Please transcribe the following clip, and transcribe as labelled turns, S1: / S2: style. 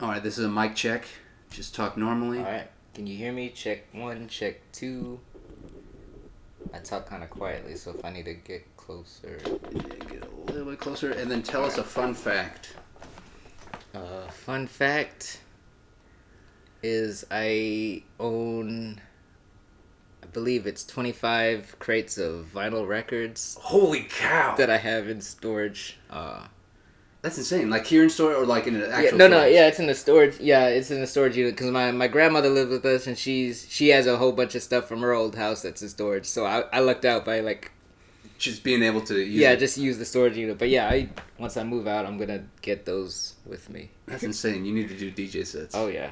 S1: All right, this is a mic check. Just talk normally.
S2: All right. Can you hear me? Check one, check two. I talk kind of quietly, so if I need to get closer.
S1: Yeah, Get a little bit closer, and then tell us a fun fact.
S2: Uh, fun fact is I own, I believe it's 25 crates of vinyl records
S1: Holy cow!
S2: that I have in storage. Uh,
S1: That's insane. Like here in store or like in an
S2: yeah,
S1: actual.
S2: no, no,
S1: place?
S2: yeah, it's in the storage. Yeah, it's in the storage unit because my, my grandmother lives with us and she's she has a whole bunch of stuff from her old house that's in storage. So I, I lucked out by like
S1: Just being able to. Use
S2: yeah,
S1: it.
S2: just use the storage unit. But yeah, I once I move out, I'm gonna get those with me.
S1: That's insane. You need to do DJ sets.
S2: Oh yeah,